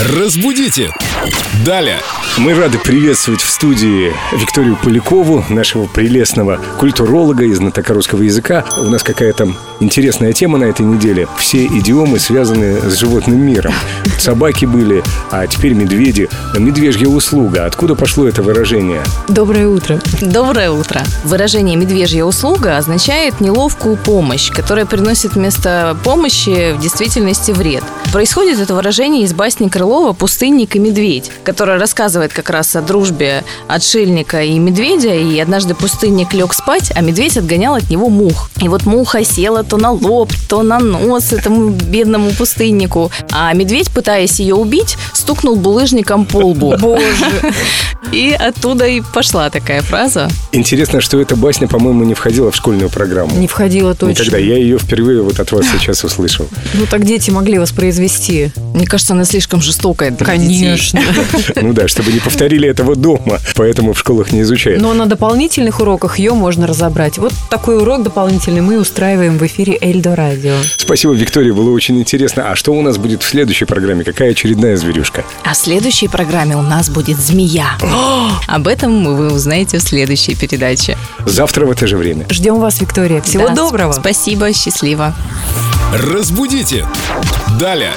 Разбудите! Далее! Мы рады приветствовать в студии Викторию Полякову, нашего прелестного культуролога из знатока русского языка. У нас какая-то интересная тема на этой неделе. Все идиомы связаны с животным миром. Собаки были, а теперь медведи. Медвежья услуга. Откуда пошло это выражение? Доброе утро. Доброе утро. Выражение «медвежья услуга» означает неловкую помощь, которая приносит вместо помощи в действительности вред. Происходит это выражение из басни Крылова «Пустынник и медведь», которая рассказывает как раз о дружбе отшельника и медведя, и однажды пустынник лег спать, а медведь отгонял от него мух. И вот муха села то на лоб, то на нос этому бедному пустыннику, а медведь, пытаясь ее убить, стукнул булыжником по лбу. Боже. И оттуда и пошла такая фраза. Интересно, что эта басня, по-моему, не входила в школьную программу. Не входило точно. Никогда. Я ее впервые вот от вас сейчас услышал. Ну так дети могли воспроизвести. Мне кажется, она слишком жестокая для детей. Ну да, чтобы не повторили этого дома, поэтому в школах не изучают. Но на дополнительных уроках ее можно разобрать. Вот такой урок дополнительный мы устраиваем в эфире Эльдо Радио. Спасибо, Виктория, было очень интересно. А что у нас будет в следующей программе? Какая очередная зверюшка? А в следующей программе у нас будет змея. Об этом вы узнаете в следующей передаче. Завтра в это же время. Ждем вас, Виктория. Всего Да, доброго. Спасибо, счастливо. Разбудите! Далее!